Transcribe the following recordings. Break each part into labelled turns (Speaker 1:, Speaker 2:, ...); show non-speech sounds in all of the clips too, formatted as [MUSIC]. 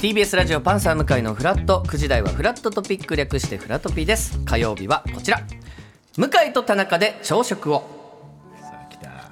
Speaker 1: TBS ラジオパンサー向井のフラット9時台はフラットトピック略してフラトピーです火曜日はこちら向井と田中で朝食を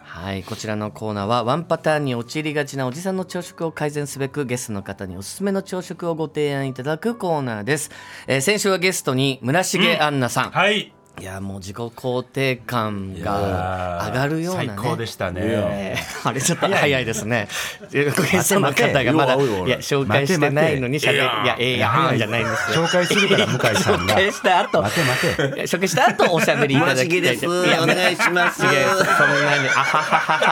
Speaker 1: はいこちらのコーナーはワンパターンに陥りがちなおじさんの朝食を改善すべくゲストの方におすすめの朝食をご提案いただくコーナーです、えー先週はゲストに村重杏奈さん、
Speaker 2: はい
Speaker 1: いやもう自己肯定感
Speaker 2: や
Speaker 1: が
Speaker 2: ー
Speaker 1: 上がるような、ね、
Speaker 2: 最高でしたね
Speaker 1: えーあれちょっと早いですね。ゲストの方がまだい
Speaker 3: 待てようおいおい
Speaker 1: や紹介してないのにしゃべいやええやんじゃないんですよ。
Speaker 2: 紹介するから向井さん
Speaker 1: 紹
Speaker 2: が
Speaker 1: 介した後
Speaker 2: 待て待て
Speaker 1: いや紹介した後おしゃべりいただきたい
Speaker 3: 村重です
Speaker 1: や
Speaker 3: お願いします
Speaker 1: や違うそんなにあはは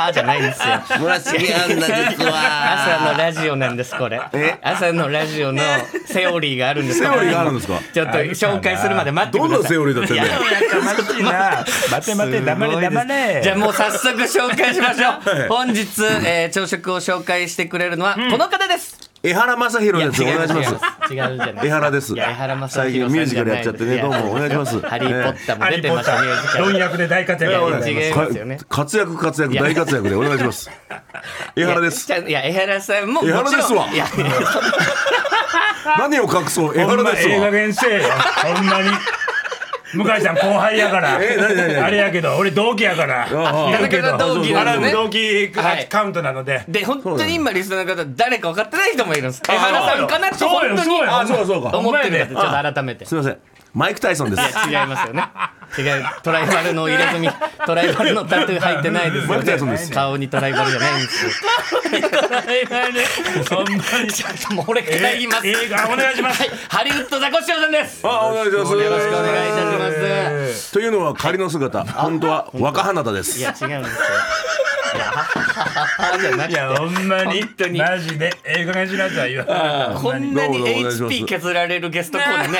Speaker 1: ははじゃないですよ。
Speaker 3: 村重アンナですわ
Speaker 1: 朝のラジオなんですこれ。朝のラジオのセオリーがあるんです。
Speaker 4: セオリーがあるんですか
Speaker 1: ちょっと紹介するまで待ってください。
Speaker 4: どんなセオリーだってね
Speaker 1: いや
Speaker 2: やかましいな待て待て黙れ黙れ
Speaker 1: じゃあもう早速紹介しましょ
Speaker 4: [LAUGHS]
Speaker 1: う。本日、えー朝食を紹介してくれるのはこの方です。
Speaker 4: 江原正宏ですお願いしま
Speaker 1: 違
Speaker 4: す
Speaker 1: う違うじゃない。
Speaker 4: 江原です
Speaker 1: いや江原正宏さん
Speaker 4: 最
Speaker 1: じゃな
Speaker 4: 近
Speaker 1: い
Speaker 4: ミュージカルやっちゃって
Speaker 1: い
Speaker 4: ね
Speaker 1: や
Speaker 4: どうもお願いします
Speaker 1: ハリー・ポッターも出てましたミュージカル
Speaker 2: どん役で大活躍
Speaker 1: いや
Speaker 2: で
Speaker 1: 違います
Speaker 4: か
Speaker 1: よね
Speaker 4: 活躍活躍大活躍でお願いします江原で
Speaker 1: い
Speaker 4: す
Speaker 1: やいや江原さんもも
Speaker 4: 江原ですわ
Speaker 1: いやいや
Speaker 4: [LAUGHS] 何を隠そう江
Speaker 2: ほん
Speaker 4: 原
Speaker 2: ま
Speaker 4: です
Speaker 2: ええ加
Speaker 4: わ
Speaker 2: 減せえよほんまに向井さん後輩やから
Speaker 4: え何何何
Speaker 2: あれやけど俺同期やから
Speaker 4: ああ
Speaker 2: 言うけど
Speaker 1: 田中同期なんですね
Speaker 2: あ同期
Speaker 1: はい
Speaker 2: カウントなので
Speaker 1: で本当に今リスナーの方誰か分かってない人もいるんです江原さんかなって
Speaker 2: そう
Speaker 1: 本
Speaker 2: よ
Speaker 1: 当
Speaker 2: そうよ
Speaker 4: あそうかそう
Speaker 1: に
Speaker 4: か
Speaker 1: 思っ
Speaker 2: お
Speaker 1: てる
Speaker 2: 前ね
Speaker 1: 方ちょっと改めて
Speaker 4: すみませんマイク・タイソンです
Speaker 1: いや違いますよね違うトライバルの入れ墨トライバルのタトゥー入ってないです
Speaker 4: マイク・タイ
Speaker 1: よ
Speaker 4: ソン
Speaker 1: ね
Speaker 4: です
Speaker 1: 顔にトライバルじゃないんですよ
Speaker 2: ほんまに
Speaker 1: ちょっともう俺から言います
Speaker 2: ええあお願いします
Speaker 1: はいハリウッドザコシショウさんです
Speaker 4: あお願いします
Speaker 1: よろしくお願いいたします、
Speaker 4: というのは仮の姿本当は若花田です
Speaker 1: いや違うんですよいやははははじゃなく
Speaker 2: い
Speaker 1: て
Speaker 2: やほんまに
Speaker 1: 本当に
Speaker 2: マジでええ加減しなさいよ
Speaker 1: こんなに
Speaker 4: どうもお願いします
Speaker 1: HP 削られるゲストコーナー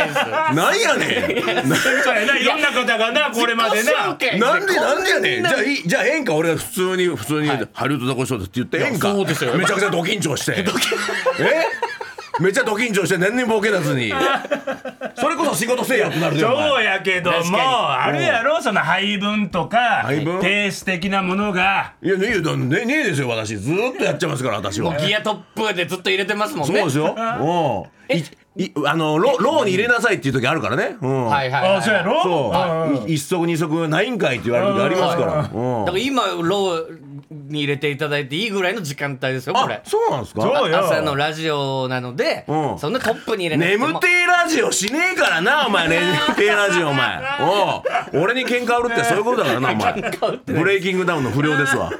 Speaker 1: ないですよ
Speaker 4: なんやね
Speaker 2: そうやないろんな方がなこれまでな
Speaker 1: 自己紹介
Speaker 4: んなんでなんでやねんじゃあいいじゃあ変か俺が普通に普通にハリウッドザコシショウですって言って変か
Speaker 1: そうですよ
Speaker 4: めちゃくちゃド緊
Speaker 1: [LAUGHS]
Speaker 4: 張してえめちゃド緊張して何にもボケ出ずにそれこそ仕事せえやってなるじゃんお前
Speaker 2: そうやけど
Speaker 1: 確か
Speaker 2: も
Speaker 1: に
Speaker 2: あるやろその配分とか
Speaker 4: 配分
Speaker 2: ペース的なものが
Speaker 4: いやねえよだねねえですよ私ずーっとやっちゃいますから私は
Speaker 1: もうギアトップでずっと入れてますもん
Speaker 4: そう
Speaker 1: ね
Speaker 4: ですようんいいあのロローに入れなさいっていう時あるからねうん
Speaker 1: はいはい、はい、
Speaker 2: あそうやろ
Speaker 4: そうい一足二足ないんかいって言われる時ありますからうん
Speaker 1: だから今ローに入れていただいていいぐらいの時間帯ですよこ
Speaker 4: あ
Speaker 1: れ
Speaker 4: そうなんですか
Speaker 2: そうよ
Speaker 1: 朝のラジオなので、
Speaker 4: うん
Speaker 1: そんなトップに入れなくても
Speaker 4: 眠てえラジオしねえからな
Speaker 1: [LAUGHS]
Speaker 4: お前眠てえラジオお前おう俺に喧嘩売るってそういうことだからなお前ブレイキングダウンの不良ですわ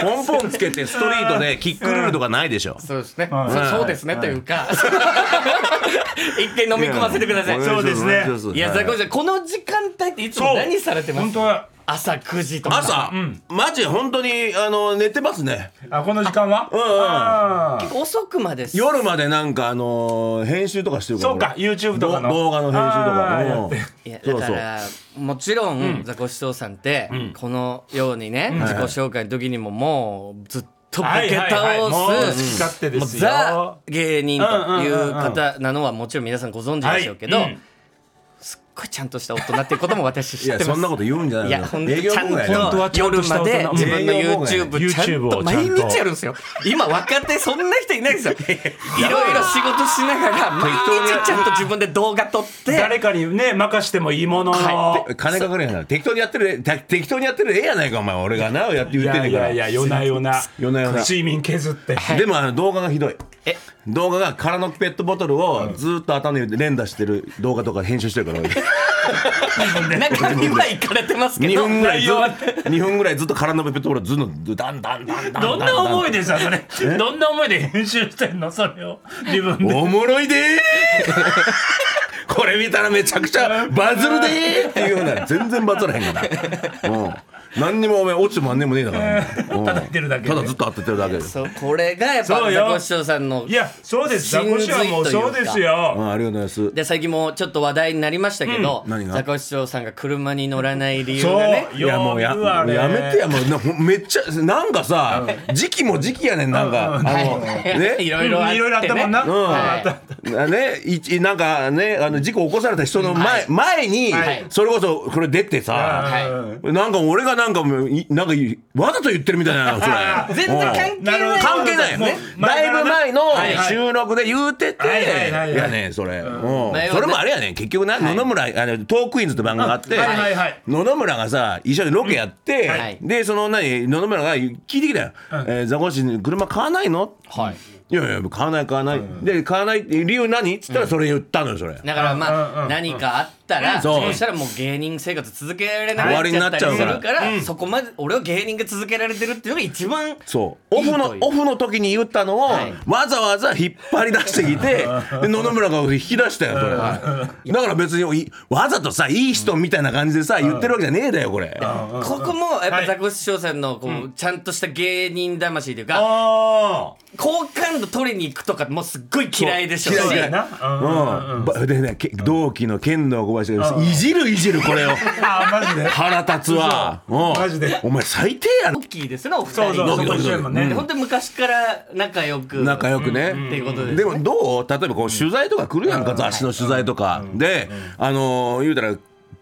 Speaker 4: ポンポンつけてストリートでキックルールとかないでしょ
Speaker 1: そうですね、
Speaker 2: はい
Speaker 1: そ
Speaker 4: はい
Speaker 1: そうですね、というか [LAUGHS] 一回飲み込ませてください
Speaker 4: お
Speaker 1: い
Speaker 4: 願
Speaker 1: や
Speaker 4: します
Speaker 2: そうですね
Speaker 4: お願します
Speaker 1: ザコシさんこの時間帯っていつも
Speaker 2: そう
Speaker 1: 何されてま
Speaker 2: 本
Speaker 1: す
Speaker 2: 当は
Speaker 1: 朝9時とか
Speaker 4: 朝、マジ本当にあの寝てますね
Speaker 2: あこの時間は
Speaker 4: うんうん
Speaker 2: あー
Speaker 1: 遅くまでです
Speaker 4: 夜までなんかあのー編集とかしてるから
Speaker 2: そうか
Speaker 4: 俺
Speaker 2: YouTube とかの
Speaker 4: ど動画の編集と
Speaker 2: あ
Speaker 4: か
Speaker 2: ー
Speaker 4: うん
Speaker 2: やっ
Speaker 1: いや
Speaker 4: そう
Speaker 1: だからもちろん、ザコシショウさんって、このようにね、自己紹介の時にももうずっとボケ倒す、
Speaker 2: はいはいはいもう好き勝手ですよ
Speaker 1: ザ芸人という方なのはもちろん皆さんご存知でしょうけど、
Speaker 2: はいうん
Speaker 1: すっごいちゃんとした大人っていうことも私
Speaker 4: い
Speaker 1: 知っ
Speaker 4: や
Speaker 1: てま
Speaker 4: そ
Speaker 1: す
Speaker 4: んなこと言うんじゃないい
Speaker 1: や
Speaker 4: よ
Speaker 1: 本当
Speaker 4: 営業
Speaker 1: ちゃん
Speaker 4: 妨害だよ
Speaker 2: 本当は
Speaker 1: と
Speaker 2: ちゃん
Speaker 1: 夜
Speaker 2: とした
Speaker 1: ま
Speaker 2: 大人
Speaker 1: で自分の
Speaker 4: 営業妨
Speaker 1: YouTube
Speaker 4: 害
Speaker 1: ちゃん
Speaker 2: YouTube
Speaker 1: と
Speaker 2: をちゃ
Speaker 1: 毎
Speaker 2: んと
Speaker 1: 日やるんですよ今若手そんな人いないですよいろいろ仕事しながら毎日ちゃんと自分で動画撮って
Speaker 2: 誰かにね任してもいいもの
Speaker 1: は
Speaker 2: の
Speaker 4: 金かかるやんな適当にやってるた適当にやってるええやないかお前俺がなやって言ってんねん
Speaker 2: い
Speaker 4: から
Speaker 2: やいや夜な夜な
Speaker 4: 夜な夜な
Speaker 2: 睡眠削
Speaker 4: [LAUGHS]
Speaker 2: って
Speaker 4: でもあの動画がひどい
Speaker 1: え
Speaker 4: 動画が空のペットボトルをずっと頭に入れて連打してる動画とか編集してるから俺
Speaker 1: 中身は行かれてますけ
Speaker 4: 2
Speaker 1: ど
Speaker 4: 分ぐらい
Speaker 2: 内
Speaker 4: ず
Speaker 2: 容は
Speaker 4: 2分ぐらいずっと空のペットボトルをずっとダンダンダンダンダン
Speaker 2: どんな思い
Speaker 4: で
Speaker 2: でさそれどんな思いで編集してんのそれを自分で
Speaker 4: おもろいでー [LAUGHS] これ見たらめちゃくちゃバズるでーっていうような全然バズらへんからうん何にもお前落ちても何にもねえだから、うん
Speaker 2: 叩いてるだけで
Speaker 4: ただずっと当ててるだけです
Speaker 1: そうこれがやっ
Speaker 2: そ
Speaker 1: ぱ
Speaker 2: うよ
Speaker 1: ザコシショウさんの
Speaker 2: いやそうですザコシはもうそうですよ
Speaker 4: あありがとうございます
Speaker 1: で最近もちょっと話題になりましたけど、
Speaker 4: うん何が
Speaker 1: ザコシショウさんが車に乗らない理由
Speaker 2: そう
Speaker 1: がね
Speaker 4: いやもうや
Speaker 2: よう言われ
Speaker 4: やめてやもうなほんめっちゃなんかさ、時期も時期やねんなんか、あの
Speaker 1: [LAUGHS] い
Speaker 4: ね
Speaker 1: ろいろあって、ね、
Speaker 2: いろいろあったもんな
Speaker 4: うん、ねいちなんかねあの事故起こされた人の前、前に、
Speaker 1: はい
Speaker 4: それこそこれ出てさ、
Speaker 1: はい
Speaker 4: なんか俺がなんかもういなんかいわざと言ってるみたいなそ
Speaker 1: [LAUGHS]
Speaker 4: れ
Speaker 1: 全然関
Speaker 4: うん
Speaker 1: 係な
Speaker 2: なるほ
Speaker 1: い
Speaker 2: ど
Speaker 4: 関係ないよね
Speaker 2: もう
Speaker 4: だ
Speaker 2: 前
Speaker 4: い
Speaker 2: から
Speaker 4: ぶ
Speaker 2: ね
Speaker 4: 前の
Speaker 2: はいはい
Speaker 4: 収録で言うてて
Speaker 2: はいはいはいはい
Speaker 4: やねんそれ、うん
Speaker 1: 前はね
Speaker 4: それもあれやねん結局な、野々村あのトークイーンズって番組があって、
Speaker 2: はいはいはい
Speaker 4: 野々村がさ一緒にロケやって、
Speaker 1: はい
Speaker 4: でその何野々村が聞いてきたよ「えーザコシに車買わないの?」
Speaker 1: はい
Speaker 4: いやいや買わない買わない、で買わないって理由何っつったらそれ言ったのよそれ、
Speaker 1: だから
Speaker 2: うんうん
Speaker 1: ま
Speaker 2: う
Speaker 1: あ
Speaker 2: ん
Speaker 1: 何かあったら
Speaker 4: そう
Speaker 1: そうしたらもう芸人生活続けられなくなっちゃったりす
Speaker 4: 終わり
Speaker 1: る
Speaker 4: になっちゃ
Speaker 1: か
Speaker 4: うから
Speaker 1: らそこまで俺は芸人が続けられてるっていうのが一番
Speaker 4: そうオフの
Speaker 1: いいという
Speaker 4: オフの時に言ったのを、
Speaker 1: はい
Speaker 4: わざわざ引っ張り出してきてで野々村が引き出したよそれだから別にいわざとさいい人みたいな感じでさ、言ってるわけじゃねえだよこれ、
Speaker 1: ここもやっぱ
Speaker 2: はい
Speaker 1: ザコシショウさんのこうちゃんとした芸人魂というか
Speaker 2: あ
Speaker 1: 好感度取りに行くとかもすっごい嫌いでしょうし
Speaker 4: そう
Speaker 2: あ。
Speaker 4: 嫌い嫌い
Speaker 2: な。
Speaker 4: う
Speaker 2: うんうんうん
Speaker 4: んばでねけ同期の剣道小林がいじるいじるこれを
Speaker 2: あー、マジで。
Speaker 4: 腹立つわうん
Speaker 2: マジで
Speaker 4: お前最低やな
Speaker 1: 大きいですねお
Speaker 2: そ
Speaker 1: 二
Speaker 2: うそう、そ
Speaker 1: 人
Speaker 4: ドキド
Speaker 2: こ
Speaker 4: キ
Speaker 2: 一緒やもんね。
Speaker 1: で本当に昔から仲良く
Speaker 4: 仲良くね、
Speaker 1: っていうことです
Speaker 4: でもどう例えばこう取材とか来るやんか、雑誌の取材とか、で、あのー言うたら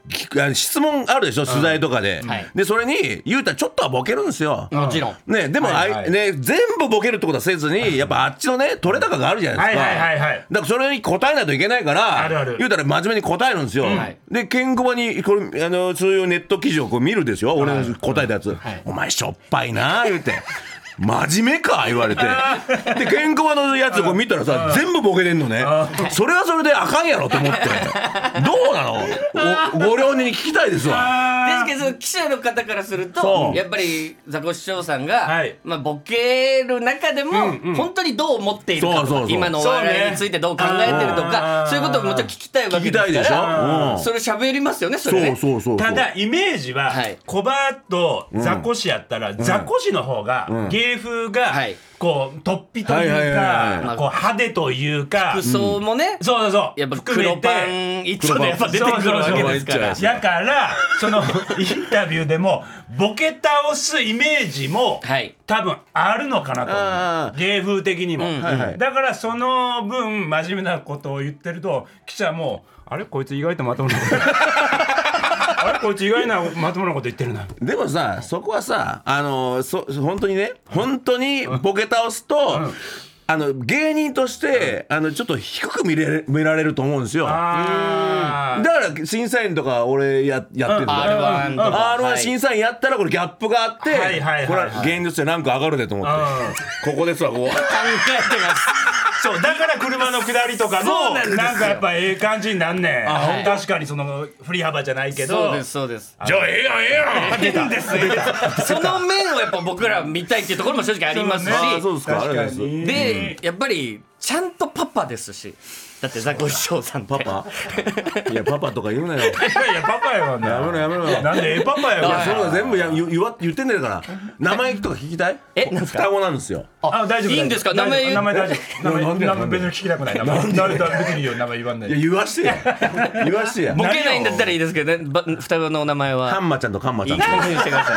Speaker 4: 聞くあの質問あるでしょ取材とかで、
Speaker 1: はい
Speaker 4: でそれに言うたらちょっとはボケるんですよ、
Speaker 1: もちろん
Speaker 4: ね、でも、あい
Speaker 2: はいはい
Speaker 4: ね、全部ボケるってことはせずにやっぱあっちのね取れ高があるじゃないですか、
Speaker 2: はいはいはいはい
Speaker 4: だからそれに答えないといけないから
Speaker 2: あるある
Speaker 4: 言うたら真面目に答えるんですよ、
Speaker 1: はい
Speaker 4: でケンコバにこれあのそういうネット記事をこう見るでしょ俺の答えたやつ、
Speaker 1: はい
Speaker 4: お前しょっぱいな言うて。真面目か言
Speaker 1: [LAUGHS]
Speaker 4: われてでケンコバのやつをこう見たらさ全部ボケてんのねそれはそれであかんやろと思ってどうなのおご両人に聞きたいですわ
Speaker 1: ですけど記者の方からすると
Speaker 4: そう
Speaker 1: やっぱりザコシショウさんが、
Speaker 2: はい
Speaker 1: まあ、ボケる中でも、本当にどう思っているかとか
Speaker 4: そうそうそう
Speaker 1: 今のお笑いについてどう考えてるとか
Speaker 2: そ
Speaker 1: そ,、
Speaker 2: ううね
Speaker 1: いうことももちろん聞きたいわ
Speaker 4: 聞
Speaker 1: け
Speaker 4: き
Speaker 1: で
Speaker 4: たい
Speaker 1: す
Speaker 4: でし
Speaker 1: か
Speaker 4: ょ、
Speaker 1: ら
Speaker 4: うん、
Speaker 1: それ喋りますよねそれ
Speaker 4: そ
Speaker 1: ね
Speaker 4: うそうそうそう
Speaker 2: ただイメージは
Speaker 1: はい
Speaker 2: コバとザコシやったらザコシの方が芸風が
Speaker 1: はい
Speaker 2: こう突飛と
Speaker 4: はいい
Speaker 2: う
Speaker 4: はいはい
Speaker 1: は
Speaker 2: か
Speaker 1: い
Speaker 2: こう派手というか
Speaker 1: 服
Speaker 2: そう
Speaker 1: 装もね、
Speaker 2: そうそう
Speaker 1: やっぱ
Speaker 2: 含め
Speaker 1: 黒
Speaker 2: て
Speaker 1: パン一丁でやっぱ出てくるわけですから
Speaker 4: そうそうそう
Speaker 2: だからそのインタビューでもボケ倒すイメージも
Speaker 1: はい
Speaker 2: 多分あるのかな
Speaker 4: あ
Speaker 2: と思う芸風的にも、
Speaker 1: ん
Speaker 4: はいはい
Speaker 2: だからその分真面目なことを言ってると記者も「あれこいつ意外とまともなこと
Speaker 1: [LAUGHS]
Speaker 2: あれこいつ意外なまともなこと言ってるな」
Speaker 4: でもさそこはさあのそ本当にね本当にボケ倒すと、あの芸人として、あのちょっと低く見れ見られると思うんですよだ
Speaker 2: あ
Speaker 4: から審査員とか俺ややってるから
Speaker 1: R1 とか、
Speaker 4: r
Speaker 1: は
Speaker 4: 1
Speaker 1: い
Speaker 4: 審査員やったらこれギャップがあって、
Speaker 2: はいはいはいはい
Speaker 4: これは芸人としてランク上がるでと思って、ここですわこ
Speaker 1: 考えてます
Speaker 2: そうだから車の下りとか
Speaker 1: そう
Speaker 2: も
Speaker 1: なんですよ
Speaker 2: なんかやっぱええ感じになんねん、
Speaker 1: はい
Speaker 2: 確かにその振り幅じゃないけど
Speaker 1: そうですそうです
Speaker 4: うじゃあええやんええやん
Speaker 2: 出たんです出た
Speaker 1: その面をやっぱ僕ら見たいっていうところも正直ありますし、
Speaker 4: あーそうですかあ
Speaker 2: 確
Speaker 4: れ
Speaker 2: か
Speaker 4: です
Speaker 2: に
Speaker 1: で、やっぱりちゃんとパパですしだってザコシショウさんって
Speaker 4: パパいやパパとか言うなよ
Speaker 2: いやいやパパやもんね
Speaker 4: やめろやめろ
Speaker 2: なんでええパパや
Speaker 4: い
Speaker 2: も
Speaker 4: やそれ
Speaker 2: ん
Speaker 4: は全部や言言わ言ってんねんから名前とか聞きたい
Speaker 1: えなんすか
Speaker 4: 双子なんですよ
Speaker 2: あ大丈夫
Speaker 1: いいんですか
Speaker 2: 大丈夫名
Speaker 1: 名前
Speaker 2: 前大丈夫名
Speaker 4: な
Speaker 2: 前
Speaker 4: んで
Speaker 2: 名前別に聞きたくない名前誰だ別にいいよ名前言わんない
Speaker 4: いや言わ [LAUGHS] してよ言わしてや
Speaker 1: ボケないんだったらいいですけどねば双子のお名前
Speaker 4: カ
Speaker 1: は
Speaker 4: ンマちゃんとカンマち
Speaker 1: い
Speaker 4: ゃ
Speaker 1: い
Speaker 4: んと
Speaker 1: 加減にしてください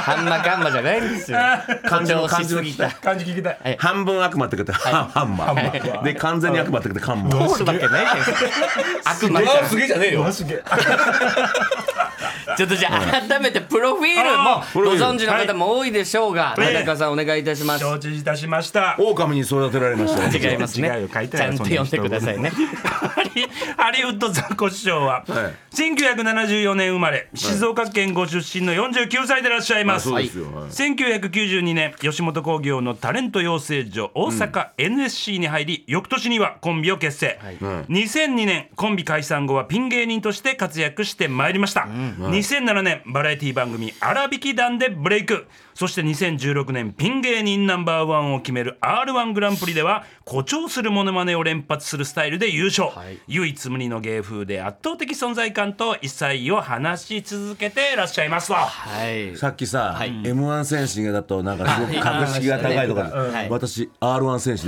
Speaker 1: ハンマカンマじゃないんですよ
Speaker 4: 漢字の
Speaker 1: 誇張しすぎた
Speaker 2: 感じ聞きたい
Speaker 1: い
Speaker 4: 半分悪魔って言ってハンハンマ
Speaker 2: はい
Speaker 4: で完全に悪魔って言ってカンマ
Speaker 1: 通るわけないじゃん悪魔じゃん
Speaker 4: げえじゃねえ
Speaker 2: マジで
Speaker 1: ちょっとじゃあ改めてプロフィー
Speaker 2: あ
Speaker 1: ル
Speaker 4: プロ
Speaker 1: も
Speaker 4: フ
Speaker 1: ご
Speaker 4: ィール
Speaker 1: 存知の方も多いでしょうが
Speaker 2: い
Speaker 1: 田中さんお願いいたします
Speaker 2: 承知いたしました
Speaker 4: 狼に育てられましたよ
Speaker 1: 違いますね
Speaker 2: 違いを書いて
Speaker 1: ち
Speaker 2: ない
Speaker 1: ゃんと読んでくださいね
Speaker 2: ハリハリウッドザコシショウは、
Speaker 4: はい
Speaker 2: 1974年生まれ静岡県ご出身の49歳でいらっしゃいます、
Speaker 4: そうですよはい
Speaker 2: 1992年吉本興業のタレント養成所大阪 NSC に入り、翌年にはコンビを結成、2002年コンビ解散後はピン芸人として活躍してまいりました、2007年バラエティ番組「荒引き団」でブレイクそして2016年ピン芸人ナンバーワンを決める r 1グランプリでは誇張するモノマネを連発するスタイルで優勝、
Speaker 1: はい
Speaker 2: 唯一無二の芸風で圧倒的存在感と一切を話し続けていらっしゃいますわ
Speaker 1: はい
Speaker 4: さっきさ
Speaker 1: い
Speaker 4: M1 選手だとなんかすごく格式が高いとか
Speaker 1: はい
Speaker 4: 私 R1 選手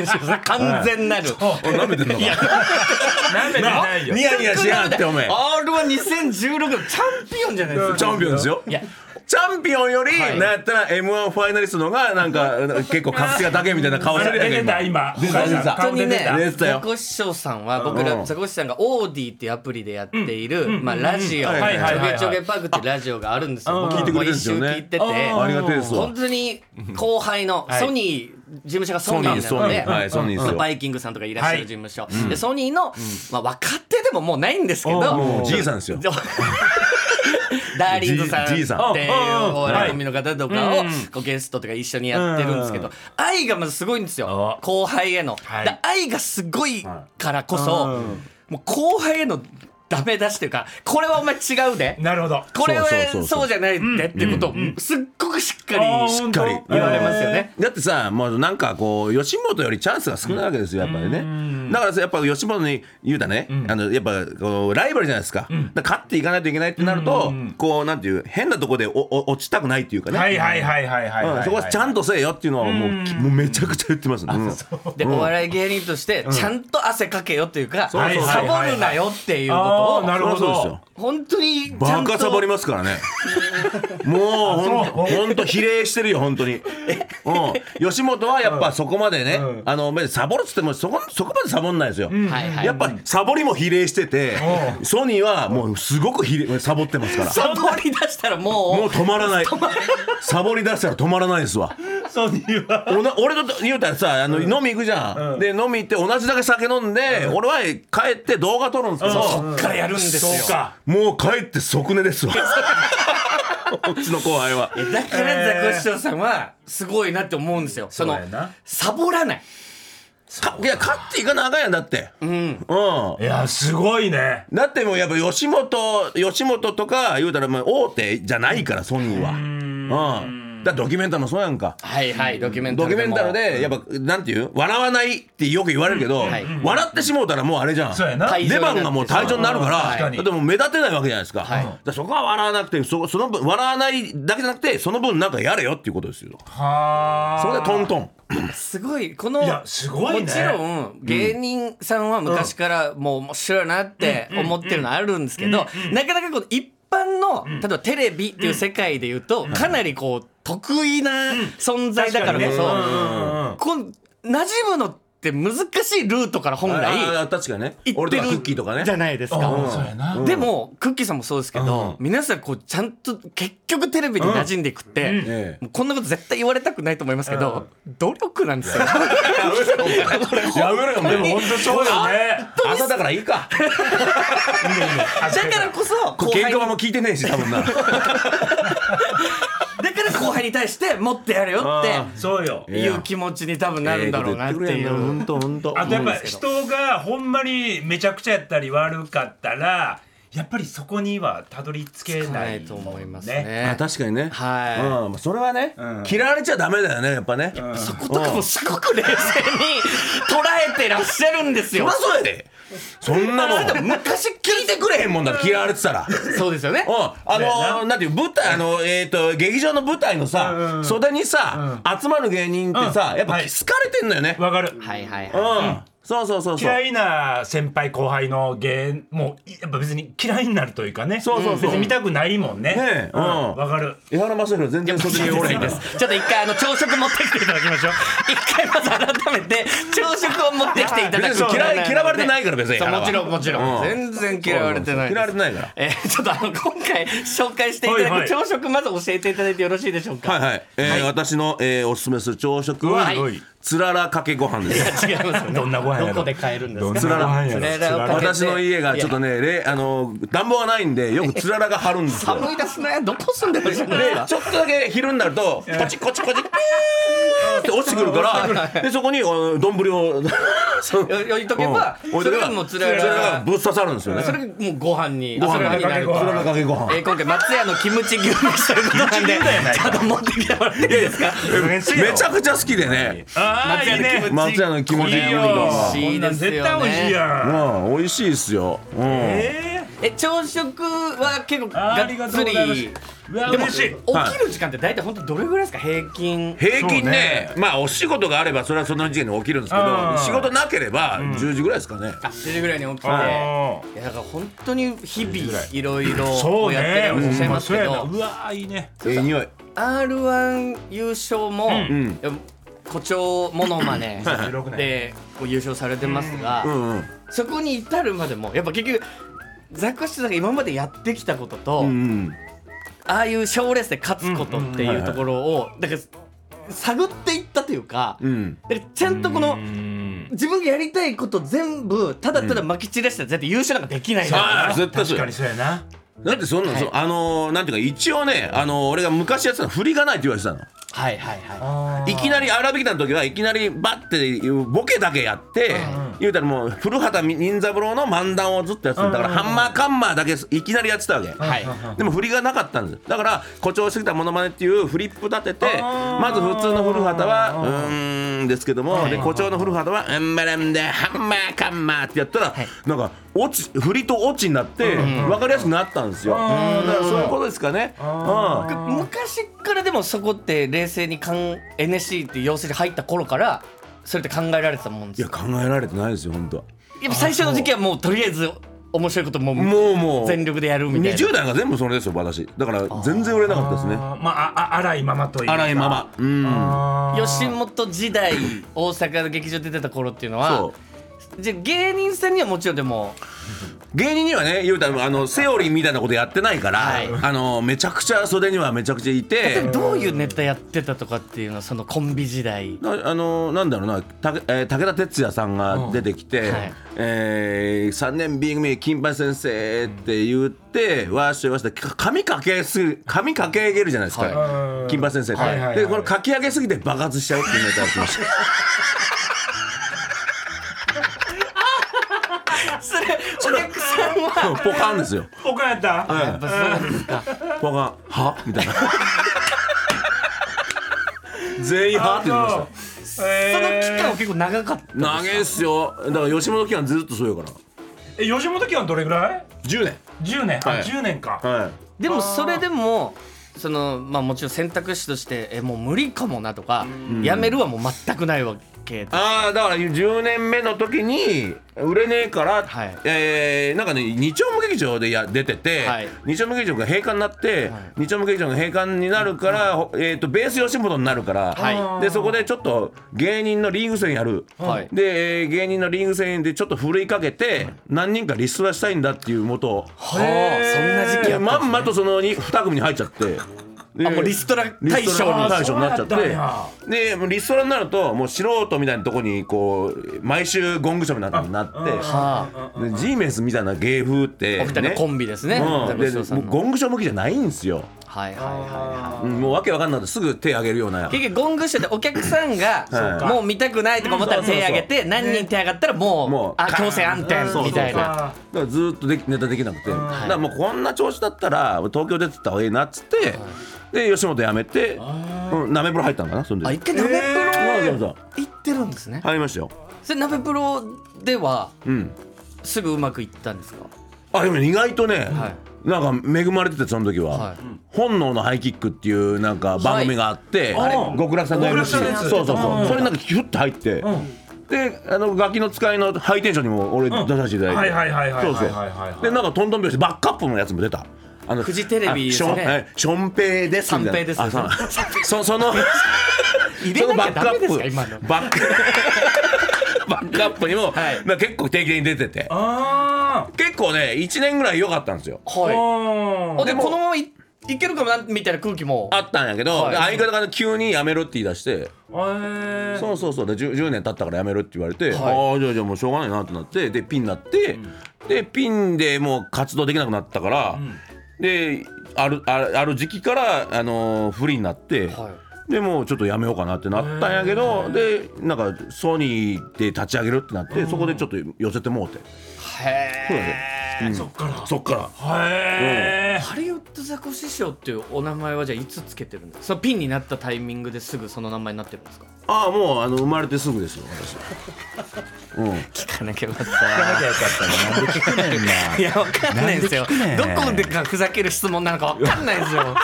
Speaker 4: ですわ
Speaker 1: 完全なる完全なる
Speaker 4: 舐めてんのか
Speaker 2: なめてないよ
Speaker 4: ニヤニヤしやがってお前
Speaker 1: R は2016
Speaker 5: 16のチャンピオンじゃないですか
Speaker 4: チャンピオンですよ。
Speaker 5: いや
Speaker 4: チャンピオンより、なんやったら M1 ファイナリストの方がなんか結構活性化だけみたいな顔し
Speaker 2: 出
Speaker 4: てる
Speaker 2: て
Speaker 4: やん
Speaker 2: た
Speaker 4: か
Speaker 2: 今
Speaker 4: 出てた出てた
Speaker 1: 本当にね
Speaker 4: 顔出てたよ
Speaker 1: ザコシショウさんは僕らザコシさんがオーディっていうアプリでやっている、まあ、ラジオ「
Speaker 4: はいはい
Speaker 2: はいはい
Speaker 1: ちょげちょげパーク」っていうラジオがあるんですよ
Speaker 4: 聞い
Speaker 1: 僕
Speaker 4: てく
Speaker 1: も
Speaker 4: れてる
Speaker 1: 一
Speaker 4: んです
Speaker 1: 周
Speaker 4: よね
Speaker 1: 聞いてて
Speaker 4: ありがてえですわ
Speaker 1: 本当に後輩のソニー事務所がソニーな
Speaker 4: ソ
Speaker 1: の
Speaker 4: ニ
Speaker 1: で
Speaker 4: ーはいソニーですよ
Speaker 1: バイキングさんとかいらっしゃる事務所、でソニーの、まあ、若手でももうないんですけど
Speaker 4: もうじいさんですよ
Speaker 1: で [LAUGHS] ダーリンズさんって
Speaker 4: じ
Speaker 1: い
Speaker 4: いうさん
Speaker 1: お笑
Speaker 2: うん
Speaker 1: いコンビの方とかをこうゲストとか一緒にやってるんですけど愛がまずすごいんですよ後輩への。
Speaker 2: はい
Speaker 1: だ愛がすごいからこそもう後輩へのダメ出しというかこれはお前違うで
Speaker 2: なるほど
Speaker 1: これは
Speaker 4: そうそうそうそう
Speaker 1: そうじゃないでっていうことをすっごくしっかり
Speaker 2: し
Speaker 1: し
Speaker 2: っ
Speaker 4: かり
Speaker 1: 言われますよね。
Speaker 4: だってさもうなんかこう吉本よりチャンスが少ないわけですよやっぱりねだからさやっぱ吉本に言うたらね、あのやっぱこうライバルじゃないですか,、だから勝っていかないといけないってなると、こうなんていう変なとこでおお落ちたくないっていうかね、
Speaker 2: はいはいはいはいはい
Speaker 4: うん
Speaker 2: はい
Speaker 4: そこはちゃんとせえよっていうのはもう,、もうめちゃくちゃ言ってますね、うん
Speaker 1: でお笑い芸人としてちゃんと汗かけよっていうかサボ
Speaker 2: そうそう
Speaker 1: るなよっていうこ
Speaker 2: あー
Speaker 1: とを
Speaker 2: なるほ
Speaker 4: そりゃそうです
Speaker 2: ど
Speaker 4: よ
Speaker 1: 本当にちゃ
Speaker 4: バ
Speaker 1: んと
Speaker 4: カサボりますからね。もうほんとほんと比例してるよ本当に。うん。吉本はやっぱそこまでね、あのまあサボるっつってもそこそこまでサボんないですよ。
Speaker 1: はいはい
Speaker 4: やっぱサボりも比例してて、ソニーはもうすごく比例サボってますから。
Speaker 1: サボり出したら
Speaker 4: もう
Speaker 1: も
Speaker 4: 止まらない。サボり出したら止まらないですわ。
Speaker 2: ソニーは
Speaker 4: おな俺と言うたらさあの、飲み行くじゃん、で飲み行って同じだけ酒飲んで、俺は帰って動画撮るんですけど、
Speaker 1: うからやるんですよ
Speaker 2: そうか
Speaker 4: もう帰って即寝 [LAUGHS] ですわこっちの後輩は
Speaker 1: だからザコシショウさんはすごいなって思うんですよその
Speaker 2: そうやな
Speaker 1: サボらない
Speaker 4: かいや勝っていかなあかんやんだってうん、
Speaker 2: いやすごいね
Speaker 4: だってもうやっぱ吉本吉本とか言うたらもう大手じゃないからソニーはうんだからドキュメンタルもそうやんか
Speaker 1: はいはいドキュメンタ
Speaker 4: ド
Speaker 1: ル
Speaker 4: キュメンタル
Speaker 1: で
Speaker 4: でやっぱなんていう笑わないってよく言われるけど、
Speaker 1: はい
Speaker 4: 笑ってしもうたらもうあれじゃん
Speaker 2: そうやな
Speaker 1: 退
Speaker 4: 出番がもう退場になるから、
Speaker 1: はい
Speaker 2: 確かに
Speaker 4: だってもう目立てないわけじゃないですか,、
Speaker 1: はい
Speaker 4: だからそこは笑わなくてそその分笑わないだけじゃなくてその分なんかやれよっていうことですよ
Speaker 2: はあ
Speaker 4: それでトントン
Speaker 1: すごいこの
Speaker 2: いやすごいね
Speaker 1: もちろん芸人さんは昔からもう面白いなって思ってるのあるんですけどなかなかこう一般の例えばテレビっていう世界で言うとかなりこう得意な存在だからこ
Speaker 2: 確かにね
Speaker 1: そ
Speaker 2: うんうんうん
Speaker 1: こう馴染むのって難しいルートから本
Speaker 4: あ
Speaker 1: 来
Speaker 4: あ確かにね
Speaker 1: 行っ
Speaker 4: 俺
Speaker 1: て
Speaker 4: と
Speaker 1: る
Speaker 4: かクッキーとかね
Speaker 1: じゃないですか。
Speaker 2: あそうやな
Speaker 1: でもクッキーさんもそうですけど、皆さんこうちゃんと結局テレビに馴染んでいくって、
Speaker 4: ええ
Speaker 1: もうこんなこと絶対言われたくないと思いますけど、努力なんですよ。
Speaker 4: [LAUGHS] やめろよお前
Speaker 2: でも本当そうよね
Speaker 4: 朝だからいいか
Speaker 1: だからこそ後
Speaker 4: 喧
Speaker 1: 輩
Speaker 4: 嘩はもう聞いてねえし多分
Speaker 1: [LAUGHS]
Speaker 4: な
Speaker 1: だから後輩に対してもっとやれよっ
Speaker 2: そうよ
Speaker 1: ていう気持ちに多分なるんだろうなっていう。
Speaker 4: 本当本当
Speaker 2: あとやっぱ人がほんまにめちゃくちゃやったり悪かったらやっぱりそこにはたどり着け
Speaker 1: な
Speaker 2: ない
Speaker 1: いと
Speaker 2: もん
Speaker 1: 思います
Speaker 2: ね
Speaker 1: ね。
Speaker 4: 確かにね
Speaker 1: はい
Speaker 4: うんそれはね嫌われちゃダメだよねやっぱね
Speaker 1: そことかもすごく冷静に捉えてらっしゃるんです
Speaker 4: そ
Speaker 1: よ
Speaker 4: りゃ。そうやでそんなもん
Speaker 1: だって昔
Speaker 4: 聞いてくれへんもんだって嫌われてたら
Speaker 1: そうですよね
Speaker 4: う。ん、あのーなんていう舞台あのえっ、と劇場の舞台のさ、袖にさ、集まる芸人ってさ、
Speaker 2: うん
Speaker 4: やっぱ
Speaker 2: はい
Speaker 4: 好かれてんのよね、
Speaker 2: わかる
Speaker 1: はいはいはい。
Speaker 4: うんそうそうそうそう
Speaker 2: 嫌いな先輩後輩の芸もうやっぱ別に嫌いになるというかね
Speaker 4: そうそうそう
Speaker 2: 別に見たくないもんね
Speaker 4: ねえ
Speaker 2: うん
Speaker 4: うん
Speaker 2: わかる
Speaker 4: 江原正宏全然袖におれへんか
Speaker 1: [LAUGHS]
Speaker 4: ら
Speaker 1: ちょっと一回あの朝食持ってきていただきましょう。 [LAUGHS] 一回まず改めて朝食を持ってきていただく。
Speaker 4: 別に嫌い嫌われてないから別に
Speaker 1: そう
Speaker 4: 原は
Speaker 1: もちろんもちろん。全然嫌われてない。
Speaker 4: 嫌われてないから
Speaker 1: えーちょっとあの今回紹介していた
Speaker 2: はい
Speaker 1: だ
Speaker 2: は
Speaker 1: く
Speaker 2: い
Speaker 1: 朝食まず教えていただいてよろしいでしょうか。
Speaker 4: はいはい、えー私の、えーおすすめする朝食は、
Speaker 1: はい
Speaker 4: つららかけご飯です
Speaker 1: 違いますよね。
Speaker 2: どんなご飯やろ
Speaker 1: どこで買えるんですか。
Speaker 4: つらら
Speaker 2: つ
Speaker 1: つららをかけて
Speaker 4: 私の家がちょっとねれあの暖房がないんでよくつららが張るんですよ
Speaker 1: 寒いですね。どこ住んでるんで
Speaker 4: で
Speaker 1: すか。
Speaker 4: ちょっとだけ昼になるとこちこちこちピューって落ちてくるからでそこにあの丼をその
Speaker 1: よよいとけば
Speaker 4: うん置いとけ
Speaker 1: そ
Speaker 4: ば
Speaker 1: れもつ
Speaker 4: つ
Speaker 1: ら
Speaker 4: ら
Speaker 1: ら
Speaker 4: らがぶっ刺さるんですよね
Speaker 1: それがもうご飯に。
Speaker 4: ご飯
Speaker 1: それになる
Speaker 4: つららかけご
Speaker 1: え
Speaker 4: 飯
Speaker 1: ー今回松屋のキムチ牛飯ということなん
Speaker 2: [LAUGHS] キムチ牛
Speaker 1: で
Speaker 2: だよね
Speaker 1: ちょっと持ってきてもらっていいですか。
Speaker 2: め
Speaker 4: めちゃくちゃ好きでね
Speaker 2: ああいいね
Speaker 4: 松屋の気持ち
Speaker 2: いいよ
Speaker 4: いいよ
Speaker 1: 美味しい
Speaker 2: こ
Speaker 1: ですよね
Speaker 2: んなん絶対美味しいやん
Speaker 4: うん美味しいっすようん
Speaker 2: えー
Speaker 1: え朝食は結構が
Speaker 2: あ
Speaker 1: っ
Speaker 2: りがと
Speaker 1: つ
Speaker 2: うございます
Speaker 1: り
Speaker 2: うわ
Speaker 1: でも
Speaker 2: 嬉しい
Speaker 1: 起きる時間って大体本当どれぐらいですか平均
Speaker 4: 平均ね
Speaker 2: そ
Speaker 4: まあお仕事があればそれはその時期に起きるんですけ
Speaker 2: あ
Speaker 4: ど
Speaker 2: ー
Speaker 4: 仕事なければ10時ぐらいですかね、
Speaker 1: あ10時ぐらいに起きていや
Speaker 2: あ
Speaker 1: だから本当に日々いろい
Speaker 2: ーそ
Speaker 1: ろ
Speaker 2: う
Speaker 1: やって
Speaker 2: ね
Speaker 1: らっしゃいます
Speaker 2: ほんまそう
Speaker 1: け
Speaker 2: やな
Speaker 1: ど
Speaker 2: うわーいいね
Speaker 4: ええ匂い
Speaker 1: r 1優勝も、
Speaker 4: ん
Speaker 1: いや誇張もの
Speaker 2: [LAUGHS]
Speaker 1: まね
Speaker 2: 16年
Speaker 1: でこう優勝されてますが、
Speaker 4: うんうん
Speaker 1: そこに至るまでもやっぱ結局ザコシさんが今までやってきたことと、
Speaker 4: うん
Speaker 1: ああいう賞レースで勝つことっていうところをだから探っていったというか,、
Speaker 4: うん
Speaker 1: だからちゃんとこの
Speaker 2: うん
Speaker 1: 自分がやりたいこと全部ただただ撒き散らしたら絶対優勝なんかできない
Speaker 4: ああ絶対
Speaker 2: 確
Speaker 4: そう
Speaker 2: か
Speaker 4: よ
Speaker 2: にそうやな
Speaker 4: だってそんなの、そうあのーなんていうか一応ね、あのー俺が昔やってたの振りがないって言われてたの
Speaker 1: はいはいはい
Speaker 4: きなり荒引きの時はいきなりバッていうボケだけやって、言うたらもう古畑任三郎の漫談をずっとやってただから、ハンマーカンマーだけいきなりやってたわけ、
Speaker 1: いはい
Speaker 4: でも振りがなかったんですだから誇張してきたモノマネっていうフリップ立ててまず普通の古畑はうーんですけどもで誇張の古畑は「うんまらんでハンマーカンマー」ってやったらなんか落ち振りと落ちになって分かりやすくなったんですよだからそういうことですかねうん
Speaker 1: 昔からでもそこって冷静にかん NSC って養成所入った頃からそれって考えられてたもんで
Speaker 4: い
Speaker 1: す
Speaker 4: や
Speaker 1: か
Speaker 4: 考えられてないですよ本当は
Speaker 1: やっぱ最初の時期はもうとりあえず面白いことも
Speaker 4: もうもう
Speaker 1: 全力でやるみたいな
Speaker 4: 20代が全部それですよ私だから全然売れなかったですね
Speaker 2: あーまああ荒いままというか
Speaker 4: 荒いままうん
Speaker 2: あー
Speaker 1: 吉本時代大阪の劇場出てた頃っていうのは
Speaker 4: そう
Speaker 1: じゃあ芸人さんにはもちろんでも
Speaker 4: 芸人にはね言うたらあのセオリーみたいなことやってないから、
Speaker 1: はい
Speaker 4: あのめちゃくちゃ袖にはめちゃくちゃい
Speaker 1: 例えば
Speaker 4: て。
Speaker 1: どういうネタやってたとかっていうのはそのコンビ時代
Speaker 4: なあのなんだろうなた、えー武田鉄矢さんが出てきて「
Speaker 1: はい
Speaker 4: え3年 B 組金八先生」って言って、わーしわーしでか髪かけすぎ髪かけ上げるじゃないですか、
Speaker 2: はい
Speaker 4: 金八先生って、
Speaker 2: はいはいはい
Speaker 4: でこのかき上げすぎて爆発しちゃうっていうネタやってました
Speaker 1: [LAUGHS] それお客さんは
Speaker 4: [LAUGHS] そうポカンですよ
Speaker 2: おかやった
Speaker 1: やっぱそうなんですか
Speaker 4: ポカン「は?」みたいな全員「は?」って言ってました
Speaker 2: そ
Speaker 1: その期間
Speaker 2: の
Speaker 1: は結構長かっ
Speaker 4: 長いっすよだから吉本期間ずっとそうよから
Speaker 2: 期間吉本期間どれぐらい
Speaker 4: 10年
Speaker 2: ?10 年、
Speaker 4: はい
Speaker 2: あ10年か、
Speaker 4: はい
Speaker 1: たでもそれでもそのまあもちろん選択肢としてえもう無理かもなとかやめるはもう全くないわけ
Speaker 4: ああだから10年目の時に売れねえから、
Speaker 1: はい
Speaker 4: えーなんかね二丁目劇場でや出てて、
Speaker 1: はい
Speaker 4: 二丁目劇場が閉館になって、
Speaker 1: い
Speaker 4: 二丁目劇場が閉館になるから、ほえー、とベース吉本になるから、
Speaker 1: は
Speaker 4: でそこでちょっと芸人のリーグ戦やる、
Speaker 1: はい
Speaker 4: でえー芸人のリーグ戦でちょっとふるいかけて、何人かリストラしたいんだっていうもとを
Speaker 1: そんな時
Speaker 4: い
Speaker 1: 期
Speaker 4: や
Speaker 1: は
Speaker 4: まんまとそのに2組に入っちゃって。で
Speaker 1: あもうリストラ対象に
Speaker 4: リストラ対象になっちゃ
Speaker 2: そうや
Speaker 4: ってでもうリストラになるともう素人みたいなとこにこう毎週ゴングショーみたいなのになっ
Speaker 1: はあ
Speaker 4: てで G メンスみたいな芸風って
Speaker 1: お二人のコンビですね
Speaker 4: うん
Speaker 1: ザコ
Speaker 4: で
Speaker 1: シショウさん
Speaker 4: も
Speaker 1: の
Speaker 4: うゴングショー向きじゃないんですよ、
Speaker 1: はいはいはいはい
Speaker 4: うんもうわけわかんなくてすぐ手挙げるような
Speaker 1: 結局ゴングショーでお客さんが
Speaker 4: はい
Speaker 1: もう見たくないとか思ったら手挙げて何人手挙がったらも
Speaker 4: も
Speaker 1: う
Speaker 4: う
Speaker 1: あ強制暗転
Speaker 4: そうそうそう
Speaker 1: みたいな
Speaker 2: あ
Speaker 4: だからずーっとできネタできなくて、だからもうこんな調子だったら東京出てった方がいいなっつって、で吉本辞めて、うん、ナメプロ入ったんかなそんで
Speaker 1: あ一回鍋プロ
Speaker 4: そうそう
Speaker 1: 行ってるんですね
Speaker 4: そう入りましたよ
Speaker 1: それ鍋プロでは
Speaker 4: うん
Speaker 1: すぐうまくいったんですか
Speaker 4: あでも意外とね、
Speaker 1: は
Speaker 4: なんか恵まれててその時は、
Speaker 1: はい
Speaker 4: 本能のハイキックっていうなんか番組があって、
Speaker 2: はい
Speaker 4: あれ極楽さんの
Speaker 2: 極
Speaker 4: MC
Speaker 2: 楽さんのやつ
Speaker 4: そうそうそう、
Speaker 2: うん
Speaker 4: それなんかヒュッて入って、
Speaker 2: ん
Speaker 4: であのガキの使いのハイテンションにも俺出させていただいて、
Speaker 2: はいはいはいはい
Speaker 4: そうそう
Speaker 2: はいはいはいはい
Speaker 4: でなんかトントン拍子バックアップのやつも出たあの
Speaker 1: フジテレビです
Speaker 4: あ
Speaker 1: ね
Speaker 4: ションえションペイですみたいな
Speaker 1: 三平です
Speaker 4: あそうそその
Speaker 1: 入れ
Speaker 4: その
Speaker 1: な
Speaker 4: バ
Speaker 1: き
Speaker 4: ッ
Speaker 1: ゃ
Speaker 4: ク
Speaker 1: ダ
Speaker 4: ア
Speaker 1: メですか今
Speaker 4: ッ
Speaker 1: の
Speaker 4: プバック [LAUGHS] バックアップにも、
Speaker 1: はい
Speaker 4: なんか結構定期的に出てて
Speaker 2: あ
Speaker 4: 結構ね1年ぐらい良かったんですよ
Speaker 2: ー
Speaker 1: は
Speaker 2: うん
Speaker 1: いでこのままいいけるかもなみたいな空気も
Speaker 4: あったんやけど、
Speaker 1: はい
Speaker 4: 相方が急に辞めろって言い出して、
Speaker 2: えー
Speaker 4: そうそうそうで 10, 10年経ったから辞めろって言われ
Speaker 1: は
Speaker 4: て、
Speaker 1: い
Speaker 4: ああじゃあじゃあもうしょうがないなってなってでピンになって、でピンでもう活動できなくなったから、であるあるある時期から、あのー、不利になって。
Speaker 1: は
Speaker 4: でもうちょっとやめようかなってなったんやけどでなんかソニーで立ち上げるってなってそこでちょっと寄せてもうて
Speaker 1: へえ
Speaker 2: そっから
Speaker 4: そっから
Speaker 2: へね
Speaker 1: ハリウッドザコシショウっていうお名前はじゃあいつつけてるんですかそのピンになったタイミングですぐその名前になってるんですか
Speaker 4: ああもうあの生まれてすぐですよ私
Speaker 1: [LAUGHS] 聞かなきゃよかったいやわかんないですよどこでかふざける質問なのかわかんないです [LAUGHS] よ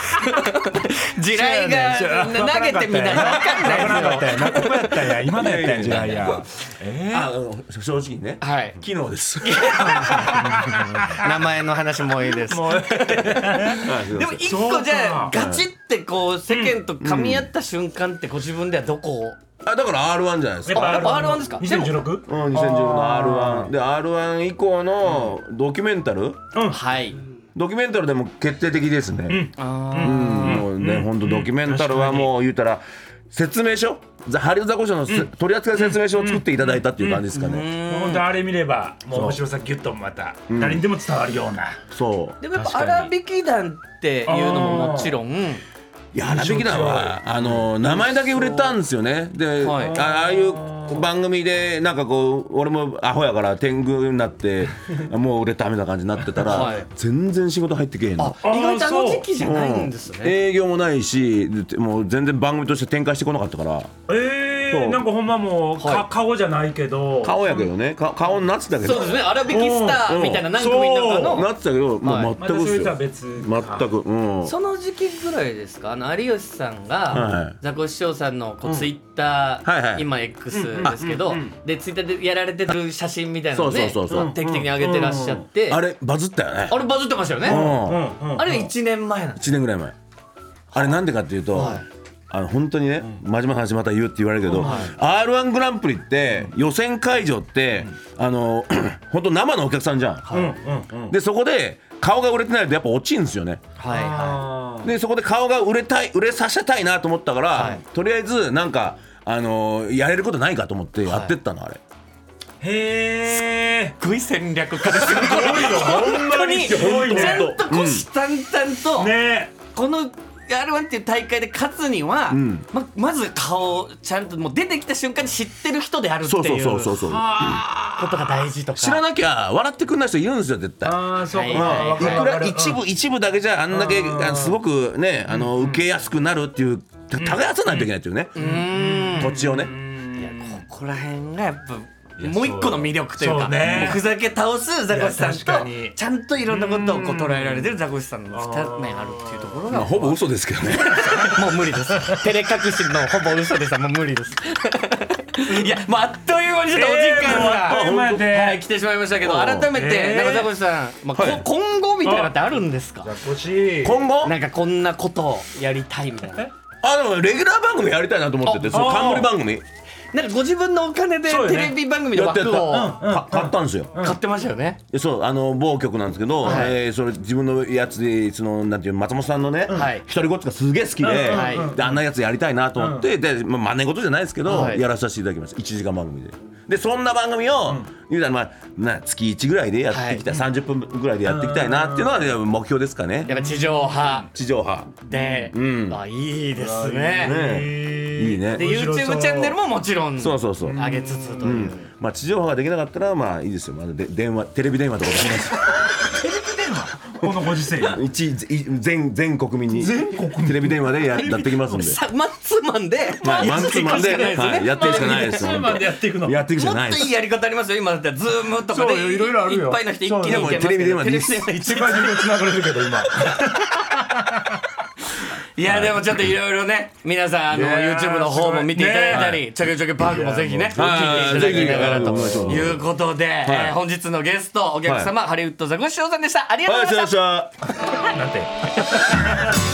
Speaker 1: 地雷が投げてみたいなわかんないですよ
Speaker 2: たよなここやったんや今のやったんや時代や
Speaker 4: ああの正直にね
Speaker 1: はい
Speaker 4: 昨日です
Speaker 1: 名前の話もういいです
Speaker 2: もう
Speaker 1: でも一
Speaker 2: そう
Speaker 1: 個
Speaker 2: か
Speaker 1: じゃあガチってこう世間と噛み合った瞬間ってご自分ではどこを
Speaker 4: あだから R1 じゃないですか
Speaker 1: やっぱ R1 ですか
Speaker 2: 2016?
Speaker 4: うん、2010の R1 で R1 以降のドキュメンタル、
Speaker 1: はい
Speaker 4: ドキュメンタルでも決定的ですね
Speaker 1: あ
Speaker 4: う
Speaker 1: ー
Speaker 4: ん、もうね、ほんとドキュメンタルはもう言うたら説明書ザハリウッドザコショウのせ、取り扱い説明書を作っていただいたっていう感じですかね、
Speaker 2: 本当あれ見ればもう面白さギュッとまた誰にでも伝わるような
Speaker 4: そう
Speaker 1: でもやっぱ荒引き団っていうのももちろん
Speaker 4: いや荒引き団はあの名前だけ売れたんですよねで、
Speaker 1: はい
Speaker 4: あああいう番組でなんかこう俺もアホやから天狗になって [LAUGHS] もう売れたみたいな感じになってたら、
Speaker 1: はい
Speaker 4: 全然仕事入ってけえへんの
Speaker 1: あ意外とあの時期じゃないんです
Speaker 4: うん
Speaker 1: ね
Speaker 4: 営業もないしでもう全然番組として展開してこなかったから
Speaker 2: え
Speaker 4: そ
Speaker 2: ー
Speaker 4: う
Speaker 2: なんかほんまもう
Speaker 1: は
Speaker 2: か顔じゃないけど
Speaker 4: 顔やけどねか顔になってたけど
Speaker 1: そうですね荒引きスターみたいな何組の中の
Speaker 4: なってたけどもう
Speaker 2: ま
Speaker 4: 全
Speaker 2: たそれ
Speaker 4: くです
Speaker 2: とは
Speaker 4: よ
Speaker 2: 別
Speaker 4: 全くうん
Speaker 1: その時期ぐらいですかあの有吉さん
Speaker 4: は
Speaker 1: が
Speaker 4: い
Speaker 1: ザコシショウさんのこうツイッタ
Speaker 4: はいは
Speaker 1: ー
Speaker 4: い
Speaker 1: 今 X ですけどでツイッターでやられてる写真みたいなの
Speaker 4: そ
Speaker 1: ね
Speaker 4: うそうそうそう
Speaker 1: 定期的に上げてらっしゃって
Speaker 4: あ
Speaker 1: あれ
Speaker 4: れバズったよね
Speaker 1: バズってましたよね
Speaker 4: うん
Speaker 2: うんうん
Speaker 1: あれ1年前なんです
Speaker 4: 1年ぐらい前あれなんでかっていうと、
Speaker 1: はい
Speaker 4: あの本当にね、真面目な話また言うって言われるけど、r 1グランプリって予選会場って、あの [CLEARS THROAT] 本当生のお客さんじゃん、
Speaker 2: うんうん
Speaker 4: でそこで顔が売れてないとやっぱ落ちんですよね
Speaker 1: はいは
Speaker 2: あ
Speaker 4: でそこで顔が売れたい売れさせたいなと思ったから、
Speaker 1: はい
Speaker 4: とりあえずなんかあのやれることないかと思ってやってったの、あれ
Speaker 2: ーへえ
Speaker 1: いすごい戦略家ですよ
Speaker 2: 本当
Speaker 1: に
Speaker 2: すごい
Speaker 1: ちゃ
Speaker 2: ね
Speaker 1: んと虎視眈々と
Speaker 2: ね
Speaker 1: この R1 っていう大会で勝つには、
Speaker 4: ん
Speaker 1: ままず顔をちゃんともう出てきた瞬間に知ってる人であるって
Speaker 4: そうそ
Speaker 1: いうう
Speaker 4: そうそう
Speaker 1: こ
Speaker 4: そう
Speaker 1: とが大事とか
Speaker 4: 知らなきゃ笑ってくんない人いるんですよ絶対
Speaker 2: ああそう
Speaker 1: はい
Speaker 2: か
Speaker 1: はい
Speaker 2: わ
Speaker 4: いく
Speaker 2: かるわからる
Speaker 4: 一部一部だけじゃあんだけ
Speaker 2: うん
Speaker 4: あすごくねあの受けやすくなるっていうた耕さないといけないっていうね土地をね
Speaker 1: いやここら辺がやっぱ
Speaker 2: や
Speaker 1: もう一個の魅力という
Speaker 2: そ
Speaker 1: か
Speaker 2: うね
Speaker 1: もうふざけ倒すザコシさん
Speaker 2: いや確か
Speaker 1: と
Speaker 2: に
Speaker 1: ちゃんといろんなことをこう捉えられてるザコシさんの2面あるっていうところが
Speaker 4: まあほぼ嘘ですけどね
Speaker 1: もう無理です。照れ隠しのほぼ嘘でした。もう無理です。いや、もうあっという間にちょっとお時間
Speaker 2: えーもうあっという間や
Speaker 1: が、
Speaker 2: で
Speaker 1: はい、来てしまいましたけど、改めて、
Speaker 2: えー
Speaker 1: なんかザコシさん、まあ、こ
Speaker 4: はい
Speaker 1: 今後みたいなのってあるんですか
Speaker 2: ザコシ
Speaker 4: [LAUGHS] 今後
Speaker 1: なんかこんなことをやりたいみたいな。
Speaker 4: あでもレギュラー番組やりたいなと思っててその
Speaker 2: あ
Speaker 4: 冠番組
Speaker 1: なんかご自分のお金で
Speaker 2: そうよ
Speaker 1: テ
Speaker 2: ね
Speaker 1: レビ番組の
Speaker 4: やって
Speaker 1: 枠
Speaker 4: た
Speaker 1: を
Speaker 4: か買ったんですよ
Speaker 1: 買ってましたよね。
Speaker 4: でそうあの某局なんですけど、
Speaker 1: はい
Speaker 4: えーそれ自分のやつでそのなんていう松本さんのね、
Speaker 1: はい
Speaker 4: 一人ごっつがすげえ好きで,、
Speaker 1: はい
Speaker 4: であんなやつやりたいなと思って、でまあ真似事じゃないですけど、
Speaker 1: はい
Speaker 4: やらさせていただきました1時間番組で。でそんな番組を、言うたらまあな月1ぐらいでやってきた、30分ぐらいでやっていきたいなっていうのは、ね目標ですかね
Speaker 1: やっぱ地上波
Speaker 4: 地上波
Speaker 1: で、
Speaker 4: ん
Speaker 1: あいいですね。
Speaker 2: ね
Speaker 4: いいね
Speaker 1: で、YouTube チャンネルももちろん
Speaker 4: そう
Speaker 1: 上
Speaker 4: そうそう、
Speaker 1: げつつという。
Speaker 4: まあ地上波ができなかったらまあいいですよ、まあ、で電話テレビ電話とかできます [LAUGHS]
Speaker 2: このご時世
Speaker 4: 一い全全国民にテレビ電話でややってきますんで
Speaker 1: さマンツーマンで、
Speaker 4: はい、マンツーマンで、
Speaker 1: やっていくしかないですね
Speaker 4: は
Speaker 2: マンツー
Speaker 4: い、やってるしかないです。
Speaker 2: マンでやっていくの
Speaker 4: やっていくし
Speaker 1: も
Speaker 4: かない
Speaker 1: っ
Speaker 4: で
Speaker 1: といい
Speaker 4: す。
Speaker 1: やり方ありますよ今だったらズームとかで
Speaker 2: そうよいろいろあるよ
Speaker 1: っぱいの人一気に
Speaker 2: そう
Speaker 1: 行けます
Speaker 4: テレビ電話です
Speaker 1: テレビ電話一
Speaker 2: 世界中と繋がれるけど今
Speaker 1: いやでもちょっといろいろね皆さんあの
Speaker 2: いやー
Speaker 1: YouTube の方も見ていただいた
Speaker 2: すごい
Speaker 1: り「ちょけちょけパーク」もぜひね
Speaker 4: やもう
Speaker 1: 聞いていただきながら
Speaker 4: はいぜひ
Speaker 1: ということでえー本日のゲストお客様ハリウッドザコシショウさんでしたありがとう
Speaker 4: は
Speaker 1: ご
Speaker 4: い、
Speaker 1: ざい
Speaker 4: 失
Speaker 1: ま
Speaker 4: 礼
Speaker 1: し
Speaker 4: したました。
Speaker 2: なんて